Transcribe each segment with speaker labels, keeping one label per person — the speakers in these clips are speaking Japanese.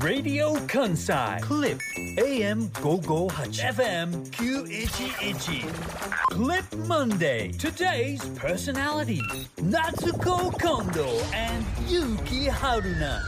Speaker 1: Radio Kansai Clip AM 558 FM 911 Clip Monday Today's personality Natsuko Kondo and Yuki Haruna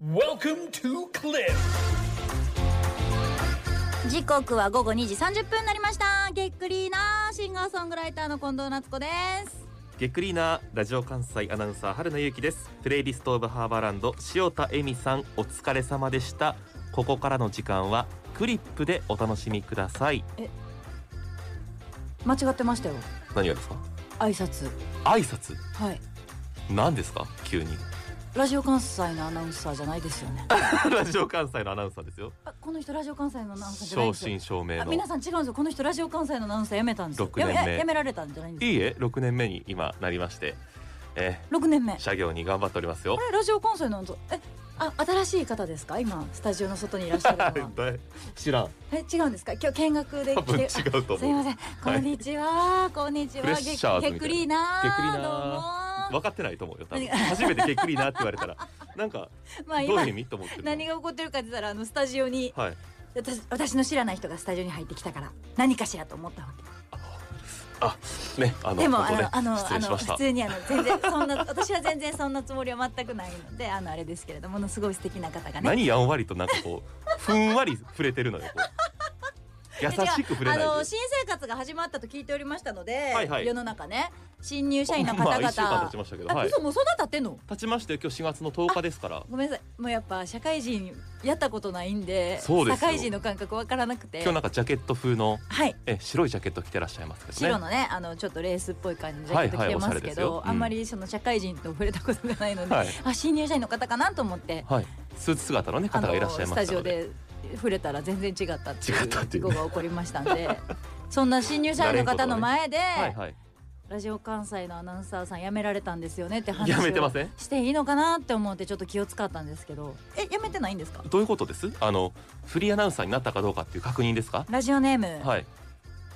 Speaker 1: Welcome to Clip
Speaker 2: 時刻は午後2時30分になりましたげっくりーなシンガーソングライターの近藤夏子です
Speaker 3: げっくりーなラジオ関西アナウンサー春名ゆうきですプレイリストオブハーバーランド塩田恵美さんお疲れ様でしたここからの時間はクリップでお楽しみください
Speaker 2: 間違ってましたよ
Speaker 3: 何がですか
Speaker 2: 挨拶
Speaker 3: 挨拶
Speaker 2: はい
Speaker 3: 何ですか急に
Speaker 2: ラジオ関西のアナウンサーじゃないですよね
Speaker 3: ラジオ関西のアナウンサーですよ
Speaker 2: あこの人ラジオ関西のアナウンサーじゃないん
Speaker 3: 正
Speaker 2: です
Speaker 3: 真
Speaker 2: よ
Speaker 3: 正銘
Speaker 2: あ
Speaker 3: の
Speaker 2: 皆さん違うんですよこの人ラジオ関西のアナウンサー辞めたんですよ
Speaker 3: 六年目
Speaker 2: やめやめられたんじゃないんで
Speaker 3: いいえ6年目に今なりまして、え
Speaker 2: す6年目
Speaker 3: ー、社業に頑張っておりますよ
Speaker 2: これラジオ関西のアナウンサーえあ新しい方ですか今スタジオの外にいらっしゃるのは
Speaker 3: だい知らん
Speaker 2: え違うんですか今日見学で
Speaker 3: 多
Speaker 2: 来
Speaker 3: 分違
Speaker 2: て
Speaker 3: うと
Speaker 2: すい
Speaker 3: 思
Speaker 2: ま
Speaker 3: う
Speaker 2: せん。こんにちは。こんにちは。
Speaker 3: フレッシャーズみたいな
Speaker 2: げっくりーな
Speaker 3: げっくりーな
Speaker 2: ーどうも
Speaker 3: 分かってないと思うよ多分初めてげっくりーなって言われたらなんか
Speaker 2: ー。 ま
Speaker 3: どう
Speaker 2: あ
Speaker 3: い
Speaker 2: 今
Speaker 3: う意味と思ってるの
Speaker 2: 何が起こってるかって言ったらあのスタジオに
Speaker 3: はい
Speaker 2: 私私の知らない人がスタジオに入ってきたから何かしらと思ったわ
Speaker 3: あ、ね、あ
Speaker 2: け。
Speaker 3: の、
Speaker 2: でもあ
Speaker 3: 本当ね
Speaker 2: のあの
Speaker 3: 失
Speaker 2: あ
Speaker 3: 礼し
Speaker 2: の
Speaker 3: ました
Speaker 2: 普。通にあの全然そんな 私は全然そんなつもりは全くないのであのあれですけれどものすごい素敵な方がね。
Speaker 3: 何やんわりとなんかこう、ふんわり触れてるのよ。こう優しく触れな
Speaker 2: あ
Speaker 3: いで。
Speaker 2: の新生活が始まったと聞いておりましたので、
Speaker 3: はいはい
Speaker 2: 世の中ね新入社員の方々、
Speaker 3: まあ、一週間経ちましたけど、
Speaker 2: あ
Speaker 3: はい。
Speaker 2: 嘘もうそんな経ってんの
Speaker 3: 経ちまして、今日4月の10日ですから。
Speaker 2: ごめんなさいもうやっぱ社会人やったことないんで
Speaker 3: そうです
Speaker 2: 社
Speaker 3: よ
Speaker 2: 会人の感覚わからなくて
Speaker 3: 今日なんかジャケット風の、
Speaker 2: はい
Speaker 3: え、白いジャケット着てらっしゃいますけどね。
Speaker 2: 白のねあのちょっとレースっぽい感じで着
Speaker 3: はい
Speaker 2: て
Speaker 3: はいおし
Speaker 2: ま
Speaker 3: ゃ
Speaker 2: す
Speaker 3: れ
Speaker 2: け
Speaker 3: です
Speaker 2: ど、
Speaker 3: ようん
Speaker 2: あんまりその社会人と触れたことがないので、
Speaker 3: はい
Speaker 2: あ新入社員の方かなと思って
Speaker 3: はい。スーツ姿のね、
Speaker 2: あ
Speaker 3: 方
Speaker 2: の
Speaker 3: がいらっしゃい
Speaker 2: ス
Speaker 3: ま
Speaker 2: タ
Speaker 3: した
Speaker 2: ジオ
Speaker 3: ので。
Speaker 2: で触れたら全然違ったって
Speaker 3: 違ったって
Speaker 2: い
Speaker 3: い
Speaker 2: こ
Speaker 3: ううね
Speaker 2: とが起こりましたんで そんな新入社員の方の前で、
Speaker 3: はいはい。
Speaker 2: ラジオ関西のアナウンサーさん辞められたんですよねって話
Speaker 3: や
Speaker 2: を
Speaker 3: めてません。
Speaker 2: していいのかなって思ってちょっと気を使ったんですけどえ辞めてないんですか
Speaker 3: どういうことです。あの、フリーアナウンサーになったかどうかっていう確認ですか。
Speaker 2: ラジオネーム、
Speaker 3: はい。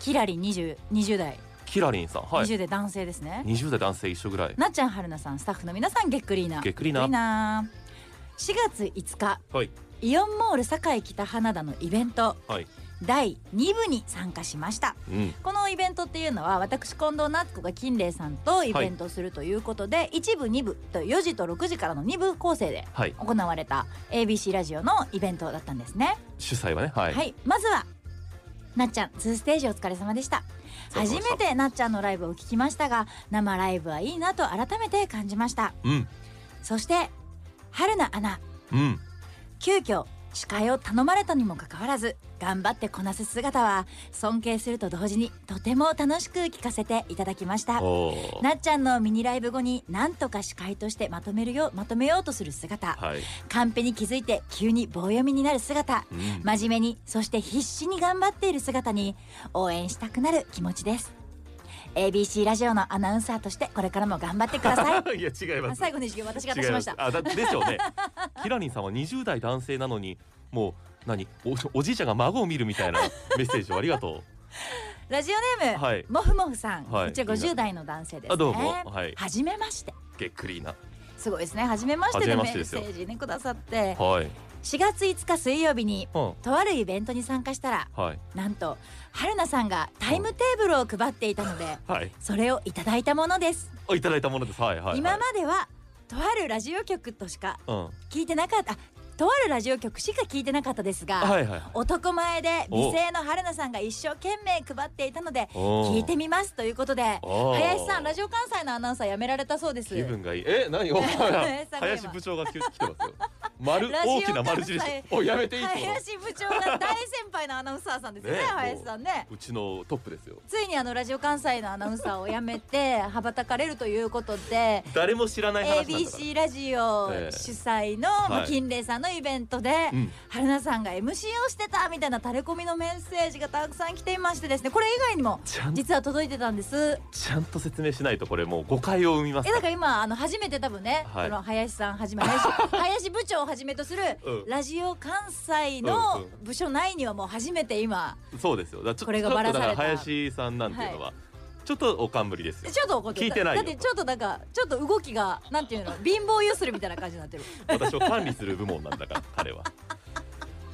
Speaker 2: キラリ20 20代、
Speaker 3: キラリンさん、はい。
Speaker 2: 20代男性ですね
Speaker 3: 20代男性一緒ぐらい。
Speaker 2: なっちゃんはるなさんスタッフの皆さんげっくりーな
Speaker 3: げっくり
Speaker 2: げっ
Speaker 3: な。
Speaker 2: 4月5日
Speaker 3: はい。
Speaker 2: イオンモール堺北花田のイベント、
Speaker 3: はい
Speaker 2: 第2部に参加しました
Speaker 3: うん。
Speaker 2: このイベントっていうのは私近藤夏子が金玲さんとイベントをするということで、1部2部と4時と6時からの2部構成で
Speaker 3: はい。
Speaker 2: 行われた ABC ラジオのイベントだったんですね
Speaker 3: 主催はね、はい。
Speaker 2: はい、まずはなっちゃん2ステージお疲れ様でした
Speaker 3: お疲れ
Speaker 2: 初
Speaker 3: 様でした
Speaker 2: めてなっちゃんのライブを聞きましたが生ライブはいいなと改めて感じました
Speaker 3: うん。
Speaker 2: そして春菜アナ
Speaker 3: うん。
Speaker 2: 急遽司会を頼まれたにもかかわらず頑張ってこなす姿は尊敬すると同時にとても楽しく聞かせていただきました
Speaker 3: おー
Speaker 2: なっちゃんのミニライブ後に何とか司会としてまとめるようまとめようとする姿
Speaker 3: はい。
Speaker 2: カンペに気づいて急に棒読みになる姿
Speaker 3: うん
Speaker 2: 真面目にそして必死に頑張っている姿に応援したくなる気持ちです ABC ラジオのアナウンサーとしてこれからも頑張ってくだ さい
Speaker 3: いや違い
Speaker 2: あ
Speaker 3: ます。
Speaker 2: 最後の授業私が出しました
Speaker 3: 違いすあだでしょうね。 キラリンさんは20代男性なのにもう何おおじいちゃんが孫を見るみた いなメッセージをありがと
Speaker 2: ラジオネー
Speaker 3: う。
Speaker 2: ム、
Speaker 3: はい。
Speaker 2: もふもふさん、
Speaker 3: はい
Speaker 2: 一応50代の男性ですね
Speaker 3: あどうもはい。
Speaker 2: はじめまして
Speaker 3: げっくりーな。
Speaker 2: すごいですねはじめましてで
Speaker 3: は
Speaker 2: メ
Speaker 3: じめまして
Speaker 2: ッ
Speaker 3: です
Speaker 2: セージ
Speaker 3: よ
Speaker 2: ねくださって
Speaker 3: はい。
Speaker 2: 4月5日水曜日に
Speaker 3: うん。
Speaker 2: とあるイベントに参加したら
Speaker 3: はい。
Speaker 2: なんと春菜さんがタイムテーブルを配っていたので
Speaker 3: はい。
Speaker 2: それをいただいたものです、
Speaker 3: あいただいたものです。はいはい、はい。
Speaker 2: 今まではとあるラジオ局としか
Speaker 3: うん。は
Speaker 2: 聞いてなかったあとあるラジオ局しか聞いてなかったですが、
Speaker 3: いはい。
Speaker 2: 男前で美声の春菜さんが一生懸命配っていたので聞
Speaker 3: 聞
Speaker 2: いてみますということで林さんラ
Speaker 3: ジ
Speaker 2: ジオ関西のアナウンサー辞められたそうです
Speaker 3: 気分がいい。え何 お前
Speaker 2: 林さんが今
Speaker 3: 林部長が来てますよ。丸
Speaker 2: ラジオ
Speaker 3: 大きな丸印
Speaker 2: 関西。
Speaker 3: おやめていいと。
Speaker 2: 林部長が大先輩のアナウンサーさんですよね
Speaker 3: ねえ
Speaker 2: 林さんね
Speaker 3: うちのトップですよ。
Speaker 2: ついにあのラジオ関西のアナウンサーを辞めて羽ばたかれるということで
Speaker 3: 誰も知らない話なんだから。
Speaker 2: ABC ラジオ
Speaker 3: ええ
Speaker 2: 主催のまあ
Speaker 3: はい
Speaker 2: 金玲さんのイベントで、
Speaker 3: うん。
Speaker 2: 春菜さんが MC をしてたみたいなタレコミのメッセージがたくさん来ていましてですねこれ以外にも
Speaker 3: ちゃん
Speaker 2: 実は届いてたんです
Speaker 3: ちゃんと説明しないとこれもう誤解を生みます
Speaker 2: えだから今あの初めて多分ね、
Speaker 3: はい
Speaker 2: その林さんはじめ林 林部長をはじめとする
Speaker 3: う
Speaker 2: ラジオ関西
Speaker 3: うん
Speaker 2: の
Speaker 3: う
Speaker 2: 部署内にはもう初めて今
Speaker 3: そうですよだからちょ
Speaker 2: これがバラされた
Speaker 3: ちょっとだから林さんなんていうのは、ちちょっとおかんぶりですよ
Speaker 2: ちょっと怒ってる
Speaker 3: 聞いてないよ
Speaker 2: だってちょっとなんかちょっと動きがなんていうの貧乏ゆするみたいな感じにな ってる
Speaker 3: 私を管理する部門なんだ から彼は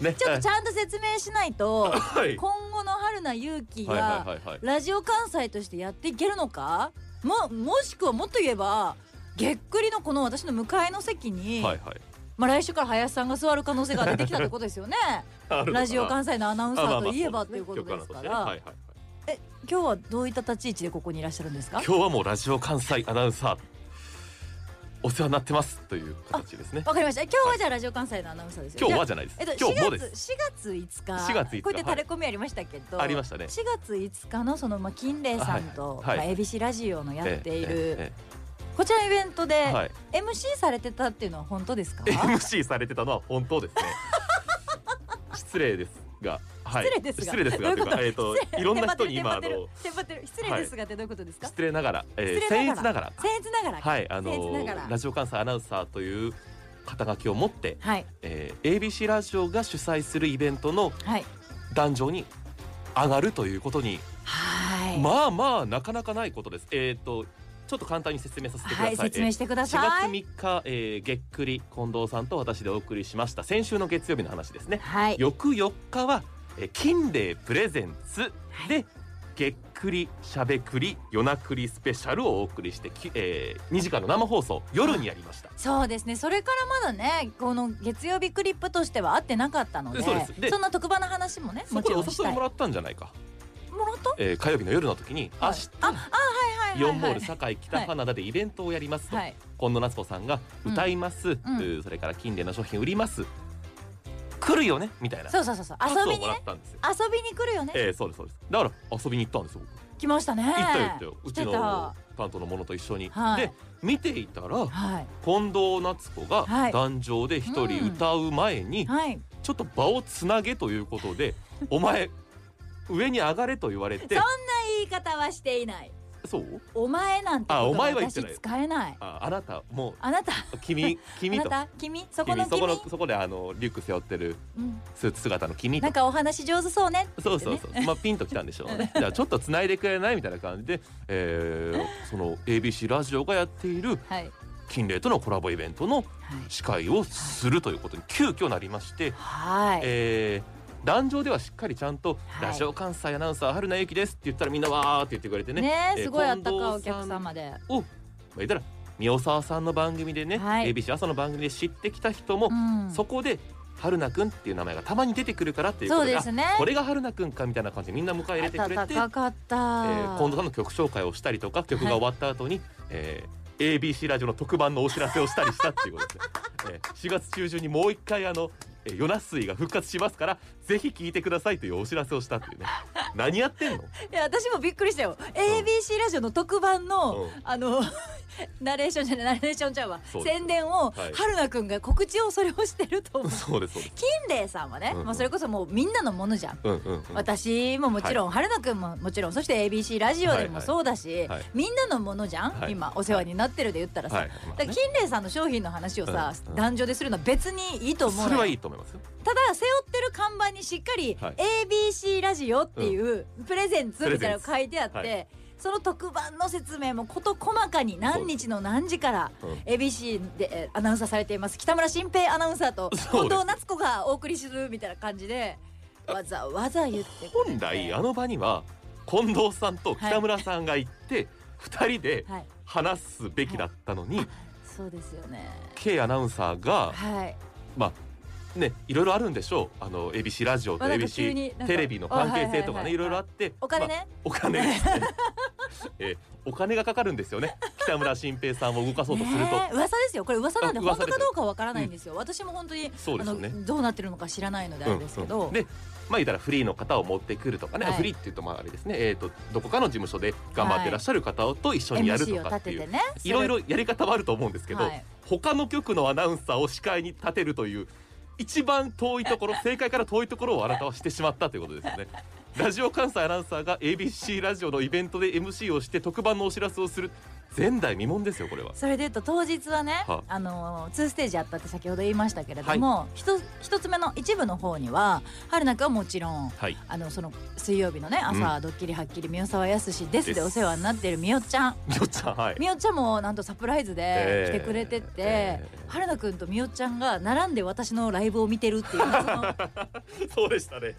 Speaker 3: ね
Speaker 2: ちょっとちゃんと説明しないと
Speaker 3: はいは
Speaker 2: 今後の春菜勇気
Speaker 3: いはい
Speaker 2: が
Speaker 3: はいはい
Speaker 2: ラジオ関西としてやっていけるのかももしくはもっと言えばげっくりのこの私の向かいの席に、
Speaker 3: はいはい
Speaker 2: まあ、来週から林さんが座る可能性が出てきたってことですよね
Speaker 3: あるのかな
Speaker 2: ラジオ関西のアナウンサ
Speaker 3: あまあ
Speaker 2: ー
Speaker 3: まあ
Speaker 2: といえば
Speaker 3: そ
Speaker 2: というこ
Speaker 3: ね
Speaker 2: とですか
Speaker 3: 局
Speaker 2: ら、
Speaker 3: アナとしてねはいはいはい
Speaker 2: 今日はどういった立ち位置でここにいらっしゃるんですか
Speaker 3: 今日はもうラジオ関西アナウンサーお世話になってますという形ですね
Speaker 2: わかりました今日はじゃあラジオ関西のアナウンサーですよ
Speaker 3: 今日は
Speaker 2: じゃあ
Speaker 3: じゃないです、
Speaker 2: えっと、
Speaker 3: 今日も
Speaker 2: 4
Speaker 3: です
Speaker 2: 月4月5日
Speaker 3: 4月5日
Speaker 2: こうやってタレコミありましたけど、
Speaker 3: ありましたね
Speaker 2: 4月5日のそのまあ金玲さんと、
Speaker 3: はいはいは
Speaker 2: ま
Speaker 3: い
Speaker 2: あ、ABC ラジオのやっている、
Speaker 3: ええ
Speaker 2: こちらのイベントで
Speaker 3: ええはい
Speaker 2: MC されてたっていうのは本当ですか
Speaker 3: MC されてたのは本当 ですね失礼ですが、はい、
Speaker 2: 失礼ですが
Speaker 3: 失礼です
Speaker 2: ど
Speaker 3: が
Speaker 2: ういうこと
Speaker 3: というかえっ、といろんな人に今あ
Speaker 2: テンパってる
Speaker 3: の
Speaker 2: テンパってるテンパってる失礼ですがってどういうことですか、
Speaker 3: 失礼ながら、えー、
Speaker 2: 失礼
Speaker 3: 僭
Speaker 2: なが
Speaker 3: 越
Speaker 2: ら
Speaker 3: ながら
Speaker 2: 僭越ながら
Speaker 3: はいあの
Speaker 2: 僭越ながら
Speaker 3: ラジオ関西アナウンサーという肩書きを持って、
Speaker 2: はい
Speaker 3: えー、ABC ラジオが主催するイベントの
Speaker 2: はい
Speaker 3: 壇上に上がるということに
Speaker 2: はい、
Speaker 3: まあまあなかなかないことです。えっ、とちょっと簡単に説明させてくださ。
Speaker 2: はいい説明してくださ
Speaker 3: 4
Speaker 2: い
Speaker 3: 月3日、えー、げっくり近藤さんと私でお送りしました先週の月曜日の話ですね。
Speaker 2: はい
Speaker 3: 翌4日は、えー、金礼プレゼンツで、げっくりしゃべくり夜なくりスペシャルをお送りしてき、えー、2時間の生放送夜にやりました。
Speaker 2: そうですねそれからまだねこの月曜日クリップとしては合ってなかったので
Speaker 3: そうですで
Speaker 2: んな特番の話もね
Speaker 3: そ
Speaker 2: も
Speaker 3: こ
Speaker 2: ち
Speaker 3: で
Speaker 2: ろ
Speaker 3: お
Speaker 2: んした
Speaker 3: 誘
Speaker 2: い
Speaker 3: いもらったんじゃないか、
Speaker 2: もらった
Speaker 3: えー、火曜日の夜の時に明日
Speaker 2: ああはいはいはいはい
Speaker 3: イオンモール堺北カナダでイベントをやりますと、
Speaker 2: はい
Speaker 3: 近藤夏子さんが歌います、
Speaker 2: うん
Speaker 3: うーそれから金での商品売ります来るよねみたいな
Speaker 2: そうそうそうそう
Speaker 3: パス
Speaker 2: 遊び
Speaker 3: を
Speaker 2: に
Speaker 3: もらっ
Speaker 2: ね
Speaker 3: たんですよ、
Speaker 2: 遊びに来るよね、
Speaker 3: ええそうですそうですだから遊びに行ったんですよ僕
Speaker 2: 来ましたね
Speaker 3: 行ったよ行ったよう
Speaker 2: 来
Speaker 3: ち
Speaker 2: て
Speaker 3: の
Speaker 2: た
Speaker 3: 担当の者と一緒に、
Speaker 2: はい
Speaker 3: で見ていたら
Speaker 2: はい
Speaker 3: 近藤夏子が
Speaker 2: はい
Speaker 3: 壇上で一人歌う前に、
Speaker 2: はい
Speaker 3: ちょっと場をつなげということ で「お前上に上がれ」と言われて
Speaker 2: そ言い方はしていない
Speaker 3: そう
Speaker 2: お前なんて
Speaker 3: あお
Speaker 2: 言葉
Speaker 3: 前は言って
Speaker 2: 私
Speaker 3: ない
Speaker 2: 使えない
Speaker 3: ああなたも
Speaker 2: あなた
Speaker 3: う君君
Speaker 2: あ
Speaker 3: と
Speaker 2: なた君そこ
Speaker 3: 君
Speaker 2: の
Speaker 3: そ
Speaker 2: 君
Speaker 3: このそこであのリュック背負ってる
Speaker 2: うん、
Speaker 3: スーツ姿の君と
Speaker 2: なんかお話上手そうね
Speaker 3: そうそうそう、まあピンときたんでしょうねじゃあちょっとつないでくれないみたいな感じで、えー、その ABC ラジオがやっている
Speaker 2: はい
Speaker 3: 金麗とのコラボイベントの司会をするということに急遽なりまして、
Speaker 2: はいはい
Speaker 3: えー、壇上ではしっかりちゃんと「
Speaker 2: はい
Speaker 3: ラジオ関西アナウンサー春名由紀です」って言ったらみんなわーって言ってくれてね
Speaker 2: ね
Speaker 3: えー
Speaker 2: すごいあったかいお
Speaker 3: 近
Speaker 2: 客
Speaker 3: 藤さん
Speaker 2: 様で
Speaker 3: を、まあ、言ったら宮沢さんの番組でね、
Speaker 2: はい
Speaker 3: ABC 朝の番組で知ってきた人も、
Speaker 2: うん
Speaker 3: そこで「春名くん」っていう名前がたまに出てくるからっていうこ
Speaker 2: そう
Speaker 3: とで
Speaker 2: で
Speaker 3: あ
Speaker 2: すね
Speaker 3: これが春菜くんかみたいな感じでみんな迎え入れてくれて、え
Speaker 2: 暖かった、
Speaker 3: ー、近藤さんの曲紹介をしたりとか曲が終わった後に、えー ABC ラジオの特番のお知らせをしたりしたっていうことですね、えー4月中旬にもう一回あの「えー、ヨナスイが復活しますからぜひ聞いてください」というお知らせをしたっていうね何やってんの
Speaker 2: いや私もびっくりしたよ ABC ラジオの特番の、
Speaker 3: うん
Speaker 2: あの ナレーションじゃないナレーションちゃうわ
Speaker 3: そうです
Speaker 2: 宣伝を、
Speaker 3: はい
Speaker 2: 春菜くんが告知をそれをしてる と思う
Speaker 3: そうですそうです
Speaker 2: 金玲さんはね、
Speaker 3: うんうん
Speaker 2: まあ、それこそもうみんなのものじゃん、
Speaker 3: うんうん、うん、
Speaker 2: 私ももちろん、春菜くんももちろんそして ABC ラジオでもそうだし、
Speaker 3: はい
Speaker 2: みんなのものじゃん、
Speaker 3: はい
Speaker 2: 今お世話になってるで言ったらさ、
Speaker 3: はい
Speaker 2: だから金玲さんの商品の話をさ、
Speaker 3: うんうん
Speaker 2: 壇上でするのは別にいいと思うのよ
Speaker 3: それはいいと思いますよ
Speaker 2: ただ背負ってる看板にしっかり
Speaker 3: はい
Speaker 2: ABC ラジオっていうプレゼンツみたいなの
Speaker 3: プレゼンツ
Speaker 2: 書いてあって、
Speaker 3: はい
Speaker 2: その特番の説明も事細かに何日の何時から
Speaker 3: うん
Speaker 2: ABC でえーアナウンサーされています北村新平アナウンサーと
Speaker 3: そ
Speaker 2: 近
Speaker 3: うです
Speaker 2: 藤夏子がお送りするみたいな感じでわざわざ言ってくれて
Speaker 3: 本来あの場には近藤さんと北村さんが行って、二人で
Speaker 2: はい
Speaker 3: 話すべきだったのに、
Speaker 2: そうですよね
Speaker 3: K アナウンサーが、
Speaker 2: はい
Speaker 3: まあねいろいろあるんでしょうあの ABC ラジオと
Speaker 2: まあなんか急
Speaker 3: ABC
Speaker 2: になんか
Speaker 3: テレビの関係性と
Speaker 2: あは
Speaker 3: か
Speaker 2: いはいはいは
Speaker 3: ね
Speaker 2: い
Speaker 3: いろいろあって
Speaker 2: お金
Speaker 3: まあ
Speaker 2: ね、
Speaker 3: お金ですね えーお金がかかるんですよね北村新平さんを動かそうとすると、
Speaker 2: ねえ噂ですよこれ噂なんで
Speaker 3: あ
Speaker 2: 本
Speaker 3: 噂
Speaker 2: 当
Speaker 3: です
Speaker 2: かどうかわからないんですよ、私も本当に
Speaker 3: そうですよね
Speaker 2: あのどうなってるのか知らないのであれですけど、
Speaker 3: うんうんでまあ言ったらフリーの方を持ってくるとかね、
Speaker 2: はい
Speaker 3: フリーっていうとまああれですねえっ、とどこかの事務所で頑張ってらっしゃる方と一緒にやると
Speaker 2: MC を
Speaker 3: かっ
Speaker 2: 立
Speaker 3: て
Speaker 2: て
Speaker 3: いう、
Speaker 2: てね
Speaker 3: いろいろやり方はあると思うんですけど、
Speaker 2: はい
Speaker 3: 他の局のアナウンサーを司会に立 てるという一番遠いところ正解から遠いところをあなたはしてしまったということですよね。ラジオ関西アナウンサーが ABC ラジオのイベントで MC をして特番のお知らせをする前代未聞ですよこれは
Speaker 2: それで言うと当日はね、
Speaker 3: は
Speaker 2: あの2ステージあったって先ほど言いましたけれども、一一つ目の一部の方には春菜くんはもちろん
Speaker 3: はい
Speaker 2: あのその水曜日のね朝「ドッキリはっきり宮沢康です」で
Speaker 3: で
Speaker 2: すお世話になっているみよちゃん
Speaker 3: みおちゃんはい
Speaker 2: みよちゃんもなんとサプライズで
Speaker 3: えー
Speaker 2: 来てくれてて、
Speaker 3: えー
Speaker 2: 春菜くんとみよちゃんが並んで私のライブを見てるっていう謎の
Speaker 3: そうでしたね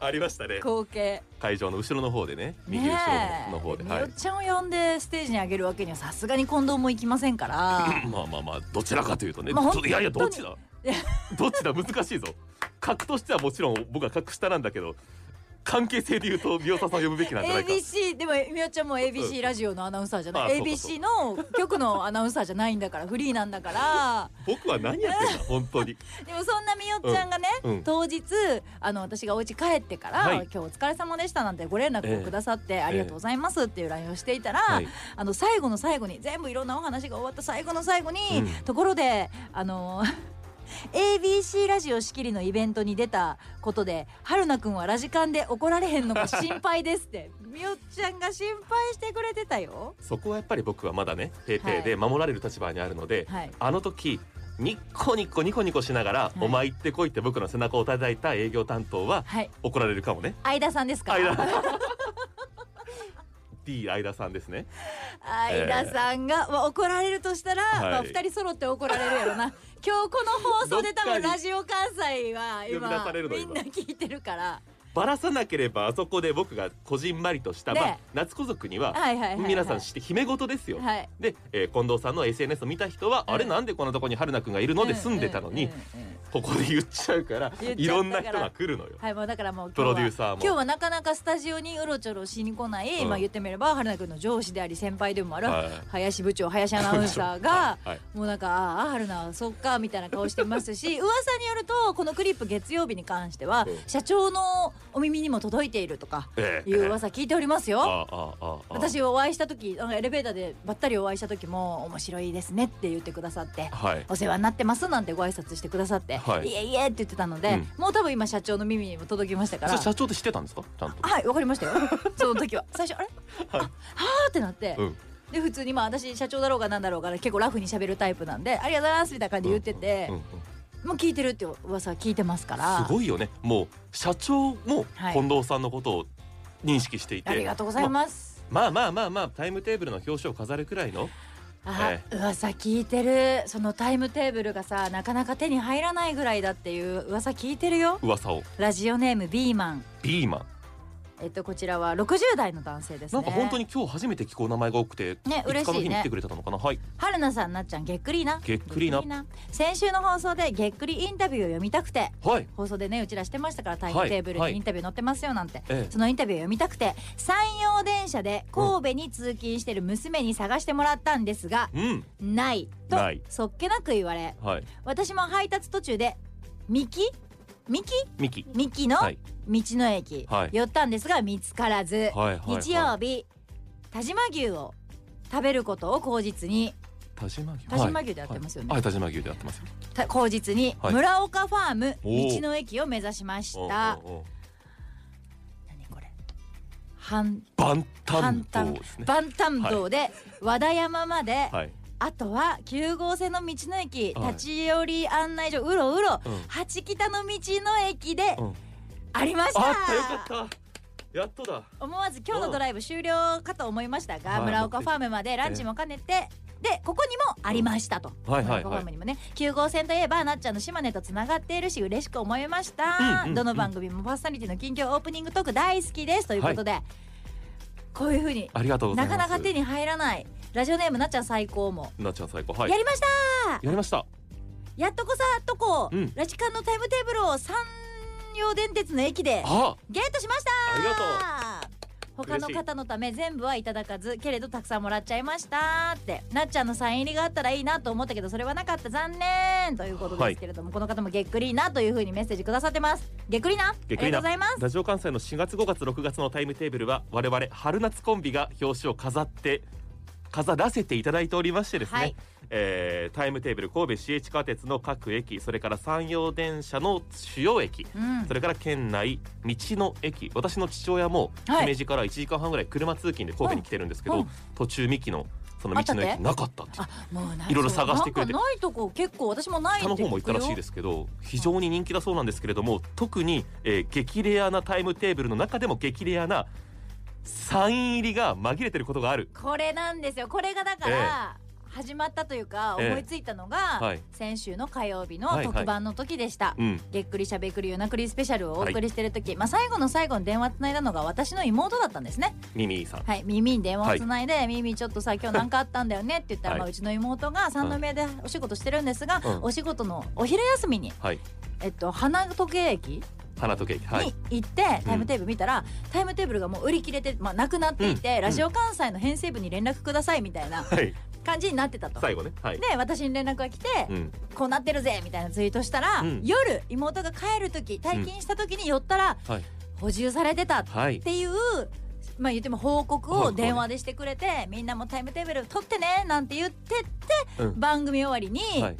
Speaker 3: ありましたね
Speaker 2: 光景
Speaker 3: 会場の後ろの方でね右後
Speaker 2: ね
Speaker 3: ろの方
Speaker 2: え
Speaker 3: で、
Speaker 2: み
Speaker 3: はい
Speaker 2: よちゃんを呼んでステージに上げるわけにはさすがに近藤も行きませんから
Speaker 3: まあまあまあどちらかというとね、
Speaker 2: まあ
Speaker 3: どいやいやど
Speaker 2: 本
Speaker 3: っ
Speaker 2: 当
Speaker 3: ちだ
Speaker 2: いや
Speaker 3: どっちだ難しいぞ格としてはもちろん僕は格下なんだけど関係性で言うと美容さんを呼ぶべきなんじゃないか
Speaker 2: ABC でもみよちゃんも
Speaker 3: う
Speaker 2: ABC
Speaker 3: ん
Speaker 2: ラジオのアナウンサーじゃ
Speaker 3: あ
Speaker 2: ない
Speaker 3: そうかそう
Speaker 2: ABC の局のアナウンサーじゃないんだからフリーなんだ から。
Speaker 3: 僕は何やってんだ本当に
Speaker 2: でもそんなみよちゃんがね、
Speaker 3: うんうん
Speaker 2: 当日あの私がお家帰ってから、
Speaker 3: はい
Speaker 2: 今日お疲れ様でしたなんてご連絡をくださって、ありがとうございますっていう LINE をしていたら、
Speaker 3: はい
Speaker 2: あの最後の最後に全部いろんなお話が終わった最後の最後に、
Speaker 3: うん
Speaker 2: ところであの ABC ラジオ仕切りのイベントに出たことで春菜くんはラジカンで怒られへんのか心配ですって みよちゃんが心配してくれてたよ。
Speaker 3: そこはやっぱり僕はまだねペーペー
Speaker 2: は
Speaker 3: で
Speaker 2: い
Speaker 3: 守られる立場にあるので、
Speaker 2: はい
Speaker 3: あの時ニッコニッコニコニコしながら、お前行ってこいって僕の背中を叩いた営業担当は
Speaker 2: はい
Speaker 3: 怒られるかもね
Speaker 2: 相田さんですか
Speaker 3: 相 田 D 相田さんですね
Speaker 2: 相田さんが、まあ怒られるとしたら、
Speaker 3: はい
Speaker 2: まあ、2人揃って怒られるやろな 今日この放送で多
Speaker 3: どっ
Speaker 2: 分
Speaker 3: かに
Speaker 2: ラジオ関西は
Speaker 3: 呼び出
Speaker 2: 今
Speaker 3: されるの
Speaker 2: み
Speaker 3: 今
Speaker 2: んな聞いてるから
Speaker 3: バラさなければあそこで僕がこじんまりとした、
Speaker 2: ね
Speaker 3: まあ、夏子族には
Speaker 2: はいはいはい、はい、
Speaker 3: 皆さん知って姫事ですよ。
Speaker 2: はい
Speaker 3: で、えー近藤さんの SNS を見た人は、
Speaker 2: うん
Speaker 3: あれなんでこんなとこに春菜くんがいるので住んでたのに、
Speaker 2: うんうんうんうん
Speaker 3: ここで言っちゃうから
Speaker 2: 言っちゃったから
Speaker 3: いろんな人が来るのよ。
Speaker 2: はいもうだからもう今日
Speaker 3: プ
Speaker 2: は
Speaker 3: ロデューサーも
Speaker 2: 今日はなかなかスタジオにうろちょろしに来ない、
Speaker 3: うん
Speaker 2: まあ言ってみれば春菜くんの上司であり先輩でもある、
Speaker 3: はい
Speaker 2: 林部長林アナウンサーが
Speaker 3: はいはい
Speaker 2: もうなんか「ああ春菜そっか」みたいな顔してます し噂によるとこのクリップ月曜日に関しては
Speaker 3: うん
Speaker 2: 社長のお耳にも届いているとか
Speaker 3: ええ
Speaker 2: いう噂聞いております
Speaker 3: あ
Speaker 2: よ。
Speaker 3: あああああ
Speaker 2: 私お会いした時なんかエレベーターでばったりお会いした時も「面白いですね」って言ってくださって
Speaker 3: はい
Speaker 2: お世話になってますなんてご挨拶してくださって、
Speaker 3: はい
Speaker 2: い、えいえって言ってたので、
Speaker 3: うん
Speaker 2: もう多分今社長の耳にも届きましたか
Speaker 3: そ
Speaker 2: ら
Speaker 3: れ社長って知ってたんですかちゃんと。
Speaker 2: はいわかりましたよ その時は最初あれ、あはあってなって、
Speaker 3: うん
Speaker 2: で普通にまあ私社長だろうがなんだろうが結構ラフに喋るタイプなんでありがとうございますみたいな感じで言ってて、
Speaker 3: うんうん
Speaker 2: もう聞いてるって噂は聞いてますから
Speaker 3: すごいよねもう社長も
Speaker 2: はい
Speaker 3: 近藤さんのことを認識していて、
Speaker 2: ありがとうございます、
Speaker 3: まあまあまあまあタイムテーブルの表紙を飾るくらいの
Speaker 2: あ、
Speaker 3: え
Speaker 2: 噂聞いてるそのタイムテーブルがさなかなか手に入らないぐらいだっていう噂聞いてるよ
Speaker 3: 噂を
Speaker 2: ラジオネームビーマン
Speaker 3: ビーマン
Speaker 2: えっとこちらは60代の男性ですね
Speaker 3: なんか本当に今日初めて聞こう名前が多くて、
Speaker 2: ね
Speaker 3: 5日の
Speaker 2: 嬉し
Speaker 3: 日
Speaker 2: い
Speaker 3: に
Speaker 2: ね
Speaker 3: 来てくれてたのかな、はい
Speaker 2: 春菜さんなっちゃんげっくりな
Speaker 3: げっくりな
Speaker 2: げっ先週の放送でげっくりインタビューを読みたくて
Speaker 3: はい
Speaker 2: 放送でねうちらしてましたからタイ
Speaker 3: は
Speaker 2: ム
Speaker 3: い
Speaker 2: テーブル
Speaker 3: は
Speaker 2: に
Speaker 3: い
Speaker 2: インタビュー載ってますよなんて、
Speaker 3: ええ
Speaker 2: そのインタビューを読みたくて山陽電車で神戸に通勤してる娘に探してもらったんですが、
Speaker 3: うん
Speaker 2: ないと
Speaker 3: ない
Speaker 2: そっけなく言われ
Speaker 3: はい
Speaker 2: 私も配達途中で「ミキミキ
Speaker 3: ミキ
Speaker 2: ミキの
Speaker 3: はい
Speaker 2: 道の駅」
Speaker 3: はい
Speaker 2: 寄ったんですが見つからず、
Speaker 3: はいはい
Speaker 2: 日曜日田島牛を食べることを口実に
Speaker 3: 田島牛
Speaker 2: 田島牛でやってますよね
Speaker 3: はい、はい田島牛でやってますよ
Speaker 2: た口実に
Speaker 3: はい
Speaker 2: 村岡ファーム
Speaker 3: お
Speaker 2: 道
Speaker 3: ー
Speaker 2: の駅を目指しました
Speaker 3: おうおうおう
Speaker 2: 何これ半
Speaker 3: バンタン
Speaker 2: 半
Speaker 3: 島
Speaker 2: 端
Speaker 3: ですね
Speaker 2: 万端道で和田山まで、
Speaker 3: はい
Speaker 2: あとは9号線の道の駅、
Speaker 3: はい
Speaker 2: 立ち寄り案内所うろうろ、
Speaker 3: うん
Speaker 2: 八北の道の駅で
Speaker 3: うん
Speaker 2: ありました
Speaker 3: あったよかったやっとだ
Speaker 2: 思わず今日のドライブ終了かと思いましたが、
Speaker 3: はい
Speaker 2: 村岡ファームまでランチも兼ねて、でここにもありましたと、
Speaker 3: うんはいはいはい
Speaker 2: 村岡ファームにもね9号線といえばなっちゃんの島根とつながっているし嬉しく思いました、
Speaker 3: うんうん
Speaker 2: どの番組もパーソナリティの近況オープニングトーク大好きですということで、こういうふうに
Speaker 3: ありがとうござい
Speaker 2: な
Speaker 3: ます
Speaker 2: かなか手に入らないラジオネームなっちゃん最高も、
Speaker 3: なっちゃん最高はい
Speaker 2: や
Speaker 3: や
Speaker 2: りました
Speaker 3: りました
Speaker 2: やっとこさっとこ、
Speaker 3: うん
Speaker 2: ラジカンのタイムテーブルを山陽電鉄の駅で
Speaker 3: あ
Speaker 2: ゲットしました
Speaker 3: ありがとう
Speaker 2: 他の方のため全部はいただかずけれどたくさんもらっちゃいましたってなっちゃんのサイン入りがあったらいいなと思ったけどそれはなかった残念ということですけれども、この方もげっくりなというふうにメッセージくださってますげっくりな
Speaker 3: げっくりな
Speaker 2: ありがとうございます
Speaker 3: ラジオ関西の4月5月6月のタイムテーブルは我々春夏コンビが表紙を飾って飾らせていただいておりましてですね、
Speaker 2: はい
Speaker 3: えータイムテーブル神戸市営地下鉄の各駅それから山陽電車の主要駅
Speaker 2: うん
Speaker 3: それから県内道の駅私の父親も
Speaker 2: はい
Speaker 3: 姫路から1時間半ぐらい車通勤で神戸に来てるんですけ
Speaker 2: う
Speaker 3: ど、
Speaker 2: ん
Speaker 3: 途中ミキのその道の
Speaker 2: あったっ
Speaker 3: 駅
Speaker 2: て
Speaker 3: なかったって
Speaker 2: あもうない
Speaker 3: いろいろ探してくれて
Speaker 2: なんかないとこ結構私もないって
Speaker 3: 北の方も行ったらしいですすけど非常に人気だそうなんですけれども特に、えー激レアなタイムテーブルの中でも激レアなサイン入りが紛れてることがある
Speaker 2: これなんですよこれがだから、始まったというか
Speaker 3: ええ
Speaker 2: 思いついたのが、
Speaker 3: はい
Speaker 2: 先週の火曜日の
Speaker 3: はいはい
Speaker 2: 特番の時でした、
Speaker 3: うん
Speaker 2: げっくりしゃべくり夜なくりスペシャルをお送りしてる時、まあ最後の最後に電話つないだのが私の妹だったんですね
Speaker 3: ミミィさん
Speaker 2: はいミーミーに電話をつないで、ミーミーちょっとさ今日何かあったんだよねって言ったら、
Speaker 3: はい
Speaker 2: まあ、うちの妹が三宮でお仕事してるんですが、
Speaker 3: うん
Speaker 2: お仕事のお昼休みに、
Speaker 3: はい
Speaker 2: えっと、花時計駅
Speaker 3: 花時計はい
Speaker 2: に行って、タイムテーブル見たら、タイムテーブルがもう売り切れて、まあ、なくなっていて、
Speaker 3: うん
Speaker 2: ラジオ関西の編成部に連絡くださいみたいな
Speaker 3: はい
Speaker 2: 感じになってたと。
Speaker 3: 最後ねはい
Speaker 2: で私に連絡が来て、
Speaker 3: うん
Speaker 2: こうなってるぜみたいなツイートしたら、
Speaker 3: うん
Speaker 2: 夜妹が帰る時退勤した時に寄ったら、
Speaker 3: はい
Speaker 2: 補充されてたっ
Speaker 3: はい
Speaker 2: ていう。まあ言っても報告
Speaker 3: はいは
Speaker 2: を
Speaker 3: い
Speaker 2: 電話でしてくれて、みんなもタイムテーブル取ってねなんて言ってって、
Speaker 3: うん
Speaker 2: 番組終わりに、
Speaker 3: はい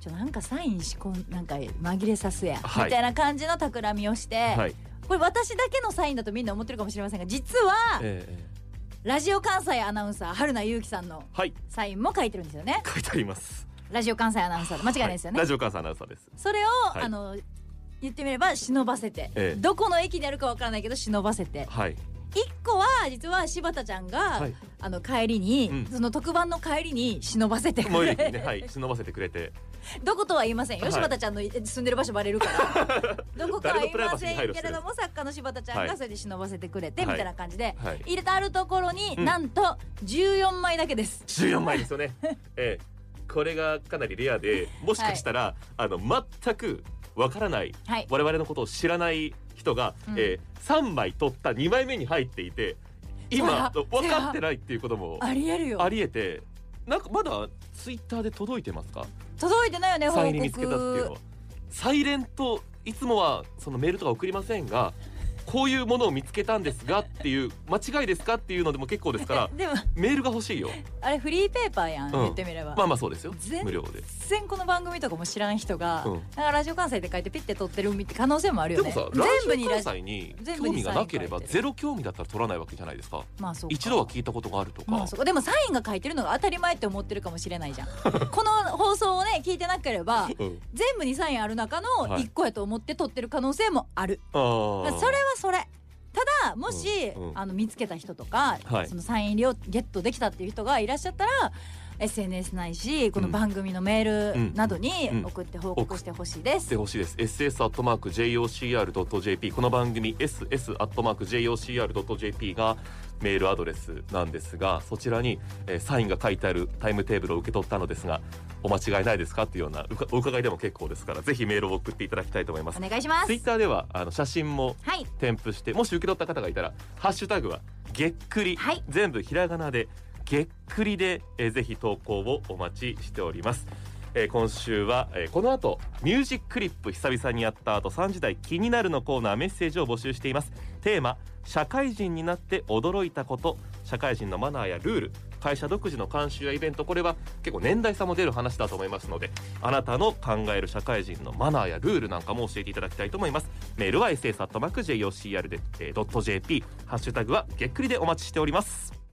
Speaker 2: ちょなんかサインしこんなんか紛れさすや、
Speaker 3: はい
Speaker 2: みたいな感じの企みをして、
Speaker 3: はい
Speaker 2: これ私だけのサインだとみんな思ってるかもしれませんが実は
Speaker 3: えーえ
Speaker 2: ラジオ関西アナウンサー春名優紀さんの
Speaker 3: ーはい
Speaker 2: サインも書いてるんですよね
Speaker 3: 書いてあります
Speaker 2: ラジオ関西アナウンサーで間違いないですよね、
Speaker 3: ラジオ関西アナウンサーです
Speaker 2: それを、
Speaker 3: はい
Speaker 2: あの言ってみれば忍ばせて、
Speaker 3: ええ
Speaker 2: どこの駅であるかわからないけど忍ばせて
Speaker 3: はい
Speaker 2: 一個は実は柴田ちゃんが、
Speaker 3: はい
Speaker 2: あの帰りに、
Speaker 3: うん
Speaker 2: その特番の帰りに忍ばせて
Speaker 3: も
Speaker 2: く
Speaker 3: うい
Speaker 2: れ
Speaker 3: いねはい忍ばせてくれて
Speaker 2: どことは言いませんよ、
Speaker 3: はい
Speaker 2: 柴田ちゃんの住んでる場所バレるから どこかは言いませ
Speaker 3: 誰のプライバシーに配
Speaker 2: ん
Speaker 3: 慮し
Speaker 2: けれ
Speaker 3: てる
Speaker 2: ども作家の柴田ちゃんが
Speaker 3: はい
Speaker 2: それで忍ばせてくれて、
Speaker 3: はい
Speaker 2: みたいな感じで
Speaker 3: はい
Speaker 2: 入れてあるところに、
Speaker 3: うん
Speaker 2: なんと14枚だけです
Speaker 3: 14枚ですよねええこれがかなりレアでもしかしたら、あの全くわからない
Speaker 2: はい
Speaker 3: 我々のことを知らない人が、
Speaker 2: うん
Speaker 3: え3枚取った2枚目に入っていて今
Speaker 2: そ
Speaker 3: 分
Speaker 2: りゃ
Speaker 3: かってないっていうことも
Speaker 2: ありえるよ
Speaker 3: ありえてなんかまだツイッターで届いてますか
Speaker 2: 届いてないよね報
Speaker 3: サインに見つけたっていうの
Speaker 2: 告
Speaker 3: はサイレントいつもはそのメールとか送りませんがこういうものを見つけたんですがっていう間違いですかっていうのでも結構で すから
Speaker 2: でも
Speaker 3: メールが欲しいよ
Speaker 2: あれフリーペーパーやん、
Speaker 3: うん
Speaker 2: 言ってみれば、
Speaker 3: まあまあそうですよ
Speaker 2: 全
Speaker 3: 無料で
Speaker 2: 全然この番組とかも知らん人が、
Speaker 3: うん
Speaker 2: だからラジオ関西で書いてピッて撮ってるって可能性もある
Speaker 3: で
Speaker 2: よね
Speaker 3: もさラ
Speaker 2: 全部
Speaker 3: ジ
Speaker 2: に
Speaker 3: オ
Speaker 2: ラ
Speaker 3: 関
Speaker 2: ジ
Speaker 3: 西に
Speaker 2: 全部
Speaker 3: 興
Speaker 2: に
Speaker 3: 味がなければ
Speaker 2: サイン書いて
Speaker 3: ゼロ興味だったら取らないわけじゃないですか
Speaker 2: まあそうか
Speaker 3: 一度は聞いたことがあるとか、
Speaker 2: まあそうかでもサインが書いてるのが当たり前って思ってるかもしれないじ ゃんこの放送をね聞いてなければ
Speaker 3: うん
Speaker 2: 全部にサインある中の
Speaker 3: はい
Speaker 2: 1個やと思って撮ってる可能性もある、
Speaker 3: あー
Speaker 2: それはそれただもし、
Speaker 3: うんうん
Speaker 2: あの見つけた人とか、
Speaker 3: はい
Speaker 2: そのサイン入りをゲットできたっていう人がいらっしゃったら SNS ないしこの番組のメールなどに
Speaker 3: うん
Speaker 2: 送って報告してほしいで
Speaker 3: し
Speaker 2: す
Speaker 3: て。ほしいです ss.jocr.jp この番組 ss.jocr.jp がメールアドレスなんですがそちらに、えーサインが書いてあるタイムテーブルを受け取ったのですがお間違いないですかっていうようなうかお伺いでも結構ですからぜひメールを送っていただきたいと思います
Speaker 2: お願いします
Speaker 3: ツイッ。ターではあの写真も
Speaker 2: はい。
Speaker 3: 添付してもし受け取った方がいたら「ハッシュタグはげっくり」
Speaker 2: はい
Speaker 3: 全部ひらがなで「げっくりで」えーぜひ投稿をお待ちしております。えー今週は、えーこの後ミュージックリップ久々にやった後3時台気になるのコーナーメッセージを募集していますテーマ社会人になって驚いたこと社会人のマナーやルール会社独自の慣習やイベントこれは結構年代差も出る話だと思いますのであなたの考える社会人のマナーやルールなんかも教えていただきたいと思いますメールは s s j o c r j p ハッシュタグはげっくりでお待ちしております